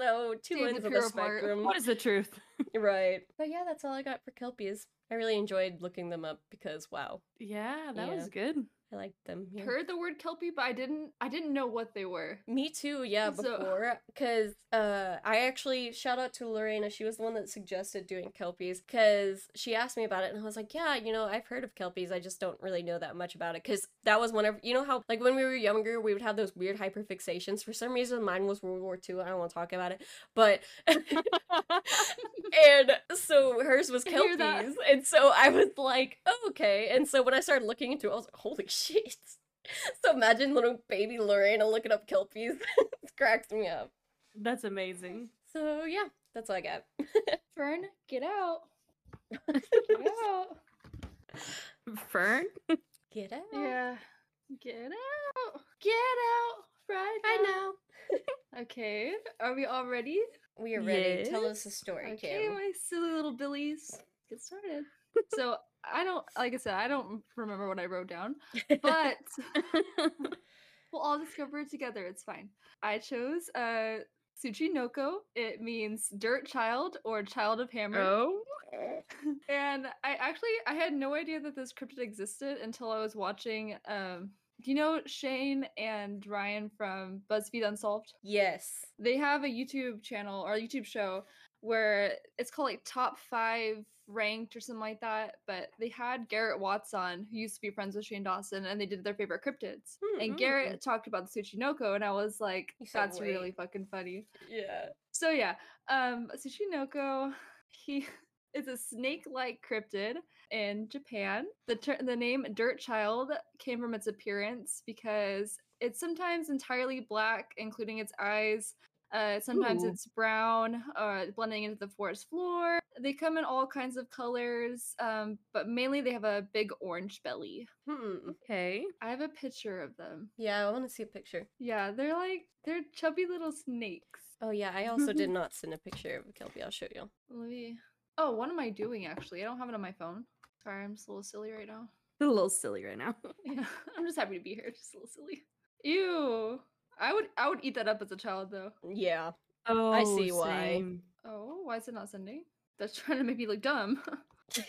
so two
Save the
ends of the
pure of heart.
spectrum,
What is the truth?
right? But yeah, that's all I got for kelpies. I really enjoyed looking them up because wow,
Yeah, that
Yeah.
was good.
I liked them. yeah.
Heard the word kelpie, but I didn't. I didn't know what they were.
Me too, yeah,
So-
before. Because uh, I actually, shout out to Lorena, she was the one that suggested doing Kelpies. Because she asked me about it, and I was like, yeah, you know, I've heard of Kelpies, I just don't really know that much about it. Because that was whenever, you know how, like, when we were younger, we would have those weird hyperfixations. For some reason, mine was World War II, I don't want to talk about it. But and so hers was
I hear that.
Kelpies. And so I was like, oh, okay. And so when I started looking into it, I was like, holy shit. So imagine little baby Lorena looking up Kelpies. it cracks me up.
That's amazing.
So yeah, that's all I got.
Fern, get out. Get out.
Fern?
Get out.
Yeah. Get out. Get out. Right now.
I know.
Okay. Are we all ready?
We are ready. Tell us a
Yes.
story,
Okay,
Kim.
my silly little billies. Get started. so I don't like I said, I don't remember what I wrote down, but we'll all discover it together. It's fine. I chose uh Tsuchinoko. It means dirt child or child of hammer.
oh.
And I actually I had no idea that this cryptid existed until I was watching um do you know Shane and Ryan from BuzzFeed Unsolved?
Yes.
they have a YouTube channel or a YouTube show where it's called like top five ranked or something like that. But they had Garrett Watts on, who used to be friends with Shane Dawson, and they did their favorite cryptids. And Garrett talked about the Tsuchinoko, and I was like,
Hmm, You said
that's
wait.
really fucking funny.
Yeah.
So yeah, um Tsuchinoko, he is a snake-like cryptid in Japan. The ter- the name Dirt Child came from its appearance because it's sometimes entirely black, including its eyes. Uh, sometimes
Ooh.
it's brown, uh, blending into the forest floor. They come in all kinds of colors, um, but mainly they have a big orange belly.
Hmm.
Okay.
I have a picture of them.
Yeah, I want to see a picture.
Yeah, they're like they're chubby little snakes.
Oh yeah, I also did not send a picture of a Kelpie. I'll show you.
Let me. Oh, what am I doing? Actually, I don't have it on my phone. Sorry, I'm just a little silly right now.
A little silly right now.
Yeah, I'm just happy to be here. Just a little silly. Ew. I would I would eat that up as a child though.
Yeah.
Oh,
see why.
Oh, why is it not sending? That's trying to make me look dumb.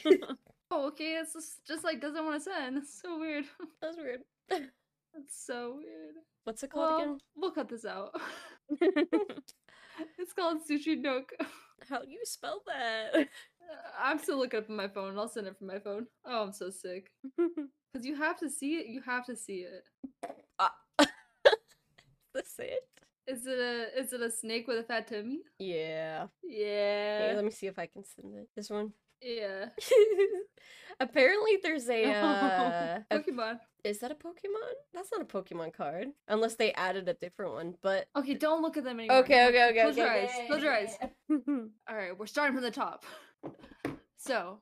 oh, okay. It's just, just like doesn't want to send. That's so weird.
That was weird.
That's so weird.
What's it called
Well,
again?
we'll cut this out.
same.
it's called sushi nook.
How do you spell that?
I'm still looking up on my phone. I'll send it from my phone. Oh, I'm so sick. Cause you have to see it. You have to see it.
That's it.
Is it a is it a snake with a fat tummy?
Yeah.
Uh.
Here,
Yeah.
let me see if I can send it. This one.
Yeah.
Apparently, there's a. Uh, a-
Pokemon.
is that a Pokemon? That's not a Pokemon card, unless they added a different one. But
Okay, don't look at them anymore.
okay, okay, okay.
Close
okay,
your eyes.
okay,
Close your
okay.
eyes. All right, we're starting from the top. So,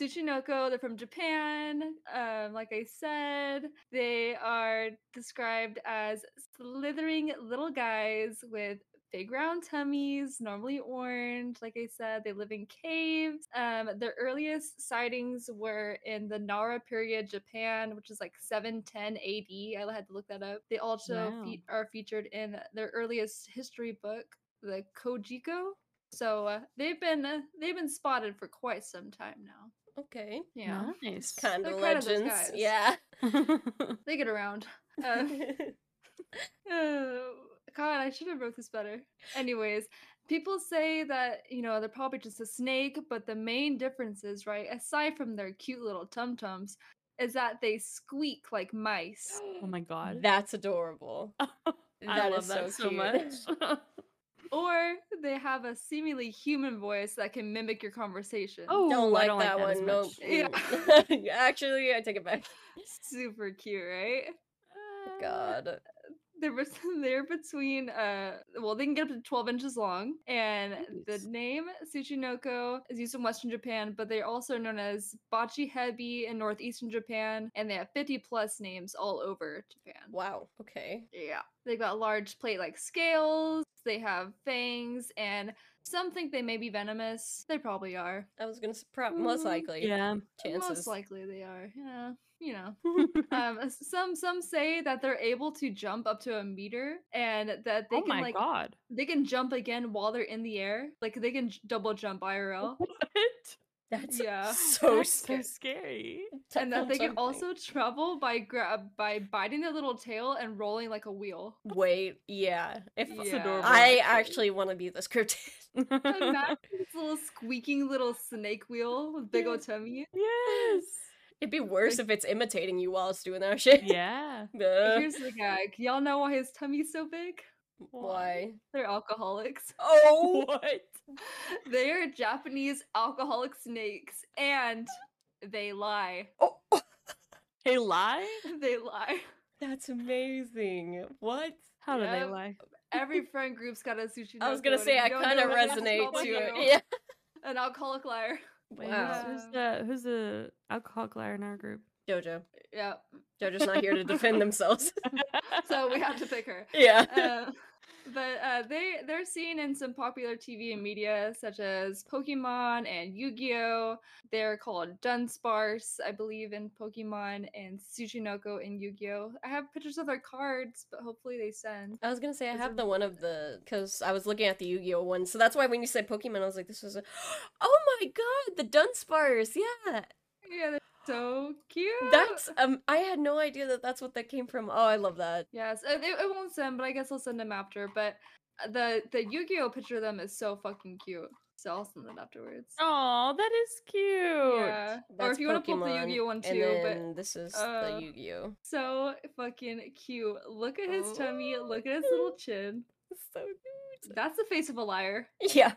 Tsuchinoko, they're from Japan. Um, like I said, they are described as slithering little guys with big round tummies, normally orange. Like I said, they live in caves. Um, their earliest sightings were in the Nara period, Japan, which is like 710 AD. I had to look that up. They also
Wow.
fe- are featured in their earliest history book, the Kojiko. So uh, they've been uh, they've been spotted for quite some time now.
Okay.
Yeah,
Nice.
Kind
They're
of
kind of those
legends.
guys.
yeah.
they get around. Uh, Oh, God, I should have wrote this better. Anyways, people say that, you know, they're probably just a snake, but the main difference is, right, aside from their cute little tum tums, is that they squeak like mice.
Oh my god.
That's adorable.
I
That
love
is
that so,
cute.
much.
Or they have a seemingly human voice that can mimic your conversation.
oh,
Don't
I
like
don't
that,
like that
one. No.
as much.
Mm. Actually, I take it back.
super cute, right?
Uh,
God.
They're, bet- they're between, uh, well, they can get up to 12 inches long. And the
Nice.
name Tsuchinoko is used in Western Japan, but they're also known as Bachi Hebi in Northeastern Japan. And they have 50 plus names all over Japan.
Wow. Okay.
Yeah. They've got large plate like scales, they have fangs, and some think they may be venomous. They probably are.
I was gonna s- prob- most
Mm,
likely.
Yeah.
Chances.
Most likely they are. Yeah. You know. um, s- some some say that they're able to jump up to a meter and that they
oh
can
my
like
god.
they can jump again while they're in the air. Like they can j- double jump IRL.
What?
That's
Yeah.
so
That's so
scary.
scary.
And that they can
Something.
also travel by grab by biting their little tail and rolling like a wheel.
wait. Yeah. If
That's
Yeah.
adorable.
I actually want to be this cryptid.
Imagine this little squeaking little snake wheel with big old tummy.
yes.
It'd be worse if it's imitating you while it's doing that shit.
Yeah.
Ugh,
Here's the gag. Y'all know why his tummy's so big?
Why?
They're alcoholics.
Oh.
What?
They are Japanese alcoholic snakes, and they lie.
oh.
They lie?
They lie.
That's amazing. What?
How do they
Yep.
lie?
Every friend group's got a sushi.
I was gonna say I kind of resonate to it. Yeah.
An alcoholic liar.
Wait,
Wow.
who's, who's the who's the alcoholic liar in our group?
Jojo.
Yeah.
Jojo's not here to defend themselves.
So we have to pick her.
yeah.
Uh, but uh, they they're seen in some popular TV and media such as Pokemon and Yu-Gi-Oh. They're called Dunsparce, I believe, in Pokemon and Tsuchinoko in Yu-Gi-Oh. I have pictures of their cards, but hopefully they send.
I was gonna say I
Is
have
it-
the one of the because I was looking at the Yu-Gi-Oh one, so that's why when you said Pokemon, I was like, this was a oh my god, the Dunsparce, yeah,
Yeah, they're so cute.
that's um, I had no idea that that's what that came from. Oh, I love that.
yes. uh, It, it won't send, but I guess I'll send them after. But uh, the the Yu-Gi-Oh picture of them is so fucking cute. So I'll send it afterwards.
Oh, that is cute.
yeah.
That's
or if you want to pull up the
Pokemon,
Yu-Gi-Oh one
and
too, but
then this is the
uh,
Yu-Gi-Oh.
So fucking cute. Look at his tummy.
Oh.
Look at his little chin.
It's so cute.
That's the face of a liar.
Yeah,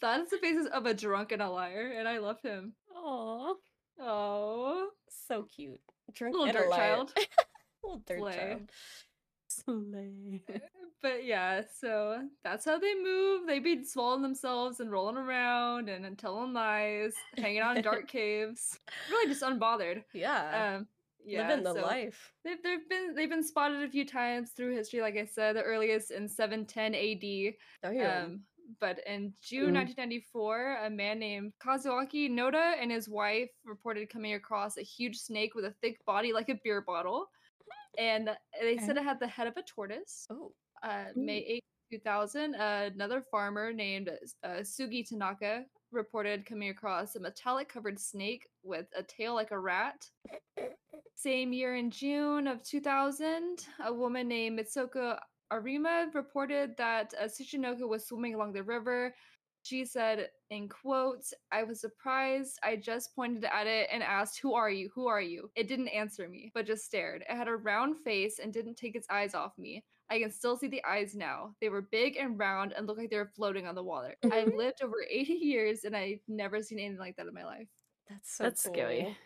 that is the faces of a drunk and a liar, and I love him.
Aw.
Oh,
so cute. Drunk
little
and a
dirt
liar.
child.
little dirt
Slay.
child.
Slay.
But yeah, so that's how they move. They be swallowing themselves and rolling around and, and telling lies, hanging out in dark caves. Really just unbothered.
Yeah,
Um, yeah,
living the
so-
life.
They've, they've been they've been spotted a few times through history, like I said, the earliest in 710 AD.
Damn.
Um, but in June
Mm.
1994, a man named Kazuaki Noda and his wife reported coming across a huge snake with a thick body like a beer bottle. And they said it had the head of a tortoise.
oh,
Uh, May 8, 2000, another farmer named uh, Sugi Tanaka reported coming across a metallic covered snake with a tail like a rat. Same year in June of 2000, a woman named Mitsuko Arima reported that uh, Tsuchinoko was swimming along the river. She said, in quotes, I was surprised. I just pointed at it and asked, Who are you? Who are you? It didn't answer me, but just stared. It had a round face and didn't take its eyes off me. I can still see the eyes now. They were big and round and looked like they were floating on the water. I've lived over 80 years and I've never seen anything like that in my life.
that's so
That's scary.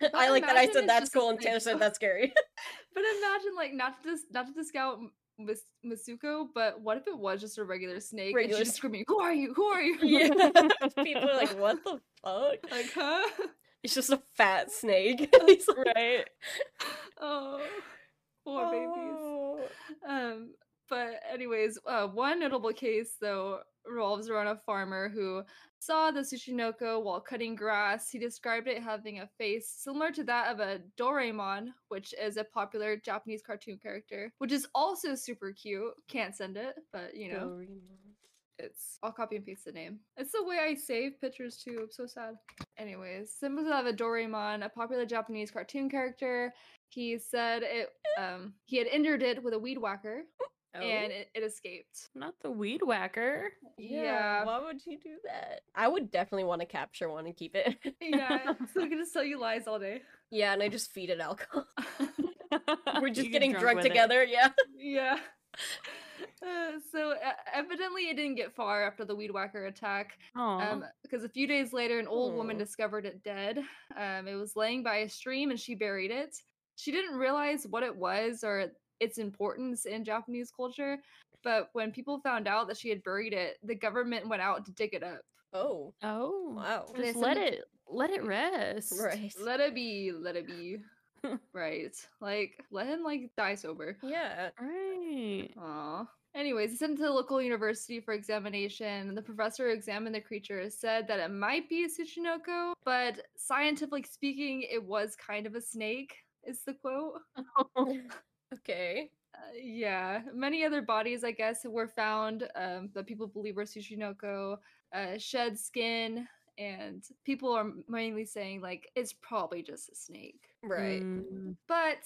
cool. I like that I
imagine
said
it's
that's
just a
cool and Taylor
snake,
said
though.
that's scary.
But imagine, like, not to dis- not to discount M- Mis- Masuko, but what if it was just a regular snake
Regular
and
sn-
she's just screaming, "Who are you? Who are you?"
Yeah. People are like, what the fuck?
like, huh?
It's just a fat snake. He's like,
Right.
Oh, poor
Oh.
babies. Um, but anyways, uh, one notable case though revolves around a farmer who saw the Tsushinoko while cutting grass. He described it having a face similar to that of a Doraemon, which is a popular Japanese cartoon character, which is also super cute. Can't send it, but you know. It's I'll copy and paste the name. It's the way I save pictures too. I'm so sad. Anyways, symbols of a Doraemon, a popular Japanese cartoon character. He said it. Um, he had injured it with a weed whacker,
Oh.
and it, it escaped.
Not the weed whacker.
yeah.
Why would you do that? I would definitely want to capture one and keep it.
Yeah, so we can just tell you lies all day.
yeah, and I just feed it alcohol. We're
You
just
get
getting drunk
with it.
together. Yeah.
yeah. Uh, so uh, evidently, it didn't get far after the weed whacker attack.
Aw.
Um, because a few days later, an old woman
Aw.
discovered it dead. Um, it was laying by a stream and she buried it. She didn't realize what it was or its importance in Japanese culture, but when people found out that she had buried it, the government went out to dig it up.
Oh.
oh
Wow.
They
Just
send
let
it-
it let it rest.
Right.
Let it be, let it be. right. Like, let him like die sober.
Yeah.
Right.
Aw. Anyways, it's sent to the local university for examination. and The professor who examined the creature, said that it might be a Tsuchinoko, but scientifically speaking, it was kind of a snake, is the quote.
Okay.
Uh, yeah, many other bodies, I guess, were found um, that people believe were Tsuchinoko, uh, shed skin, and people are mainly saying, like, it's probably just a snake.
Right.
Mm.
But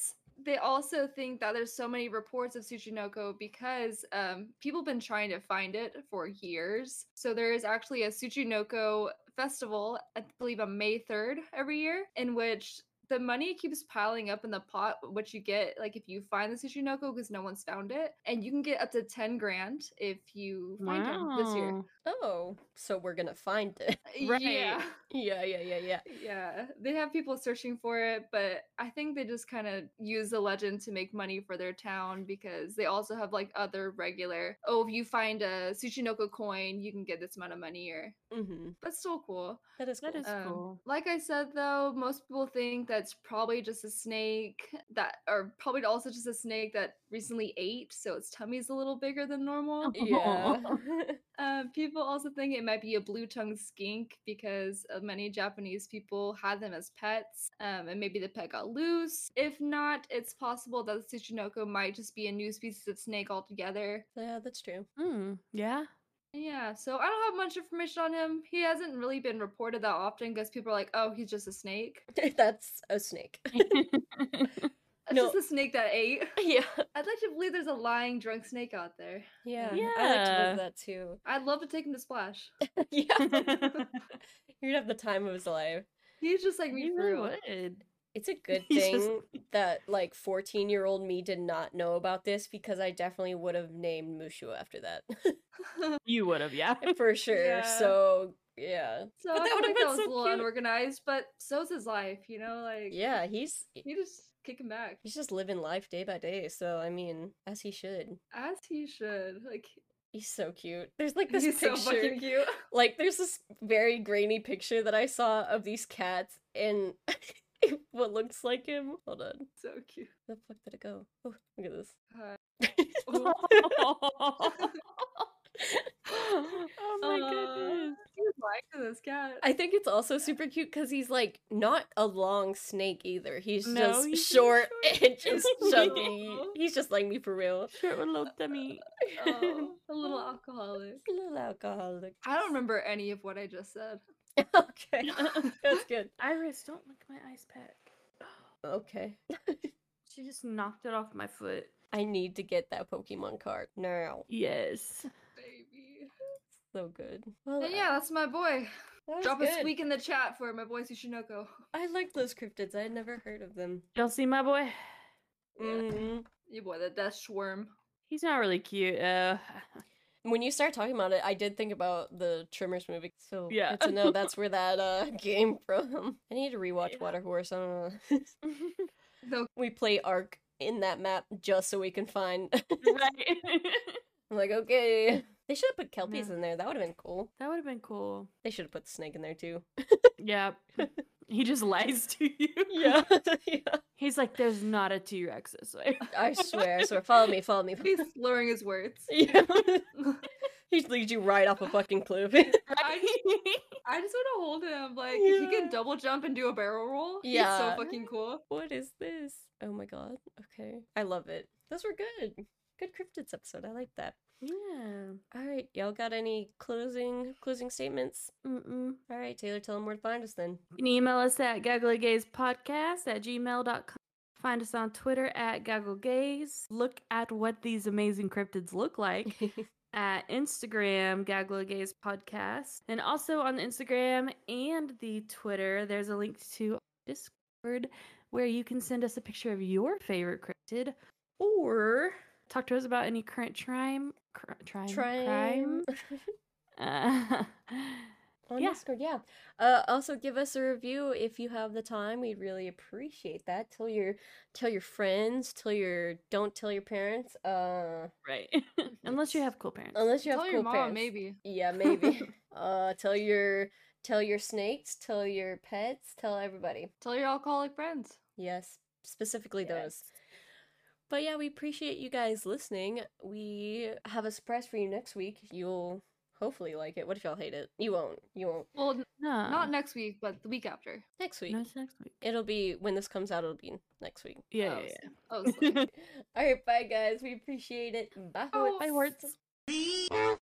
they also think that there's so many reports of Tsuchinoko because um, people have been trying to find it for years. So there is actually a Tsuchinoko festival, I believe on May 3rd every year, in which the money keeps piling up in the pot, which you get like if you find the Tsuchinoko because no one's found it. And you can get up to 10 grand if you find him this year.
Wow.
Oh. So we're gonna find it.
Right.
Yeah.
yeah. Yeah. Yeah. Yeah.
Yeah, they have people searching for it, but I think they just kind of use the legend to make money for their town because they also have like other regular, oh, if you find a Tsuchinoko coin, you can get this amount of money or
Mm-hmm.
that's still cool.
That is. Cool.
That is
Um,
cool.
Like I said though, most people think that's probably just a snake that or probably also just a snake that recently ate, so its tummy's a little bigger than normal.
Yeah.
Uh, people also think it might be a blue tongued skink because uh, many Japanese people had them as pets, um, and maybe the pet got loose. If not, it's possible that the Tsuchinoko might just be a new species of snake altogether.
yeah. That's true.
Mm, yeah.
Yeah, so I don't have much information on him. He hasn't really been reported that often because people are like, oh, he's just a snake.
that's a snake.
It's
No.
just a snake that ate.
yeah.
I'd like to believe there's a lying drunk snake out there.
Yeah. I like to
Yeah.
believe that too.
I'd love to take him to Splash.
yeah. You'd have the time of his life.
He's just like me
you
for
really
real.
would.
It's a good
He's just-
thing that like 14 year old me did not know about this because I definitely would have named Mushu after that.
You would have, yeah.
For sure.
Yeah.
So yeah.
So
But that
I feel
would've
like
been
that was
so
a little
cute.
unorganized, but so's his life, you know. Like
Yeah, he's eh,
you just kick him back
he's just living life day by day, so I mean, as he should.
as he should. Like
He's so cute. There's like this
he's
picture.
so fucking cute.
like there's this very grainy picture that I saw of these cats and what looks like him. Hold on.
so cute.
Where the fuck did it go? Oh, look at this.
Uh, oh,
oh my
Aw.
goodness.
he's lying to this cat.
I think it's also super cute because he's like not a long snake either. He's
No,
just
he's just
short
short.
and just chubby.
Aw.
He's just like me for real.
Shirt with Uh, a little dummy.
oh, a little alcoholic.
Little alcoholic.
I don't remember any of what I just said.
okay, that's good.
Uh, Iris, don't lick my ice pack.
Okay,
She just knocked it off my foot.
I need to get that Pokemon card now.
Yes.
Baby.
So good. Well,
But yeah, that's my boy.
that was
Drop a
good.
squeak in the chat for my boy Sushinoko.
I like those cryptids. I had never heard of them.
Y'all see my boy?
Yeah.
Mhm.
Your boy, the death swarm.
He's not really cute. Uh,
When you start talking about it, I did think about the Trimmers movie. So
Yeah.
good to know that's where that uh came from. I need to rewatch
Yeah.
Water Horse. I don't know.
No,
we play Ark in that map just so we can find.
right.
I'm like, okay. They should have put kelpies
Yeah.
in there. That would have been cool.
that would have been cool.
They should have put the snake in there too.
Yeah. He just lies to you.
Yeah. yeah.
He's like, there's not a T Rex this way.
I swear, I swear. Follow me, follow me.
he's slurring his words.
Yeah. He'd lead you right off a fucking cliff.
I just I just want to hold him. Like he
Yeah.
can double jump and do a barrel roll.
Yeah.
he's so fucking cool.
what is this? Oh my god. Okay. I love it. Those were good. Good cryptids episode. I like that.
Yeah.
All right, y'all got any closing closing statements? Mm-mm. All right, Taylor, tell them where to find us then.
You can email us at gagglegazepodcast at gmail.com. Find us on Twitter at gagglegaze. Look at what these amazing cryptids look like at Instagram, gagglegaze podcast. And also on Instagram and the Twitter, there's a link to Discord where you can send us a picture of your favorite cryptid or talk to us about any current crime. Cr- crime. Crime.
Trying
Uh,
on
Yeah.
Discord, yeah. Uh, also, give us a review if you have the time. We'd really appreciate that. Tell your tell your friends. Tell your don't tell your parents. Uh,
right. Unless you have cool parents.
unless you
Tell
have cool
your mom,
parents.
maybe.
Yeah, maybe. uh, tell your tell your snakes. Tell your pets. Tell everybody.
Tell your alcoholic friends.
Yes, specifically
Yes.
those. But yeah, we appreciate you guys listening. We have a surprise for you next week. You'll hopefully like it. What if y'all hate it? You won't. You won't.
Well, n-
no.
not next week, but the week after.
Next week.
No, it's next week.
It'll be when this comes out, it'll be next week.
Yeah,
Oh,
yeah,
s- Oh, sorry.
All right, bye guys. We appreciate it. Bye.
Oh,
yeah. Bye, Hortz.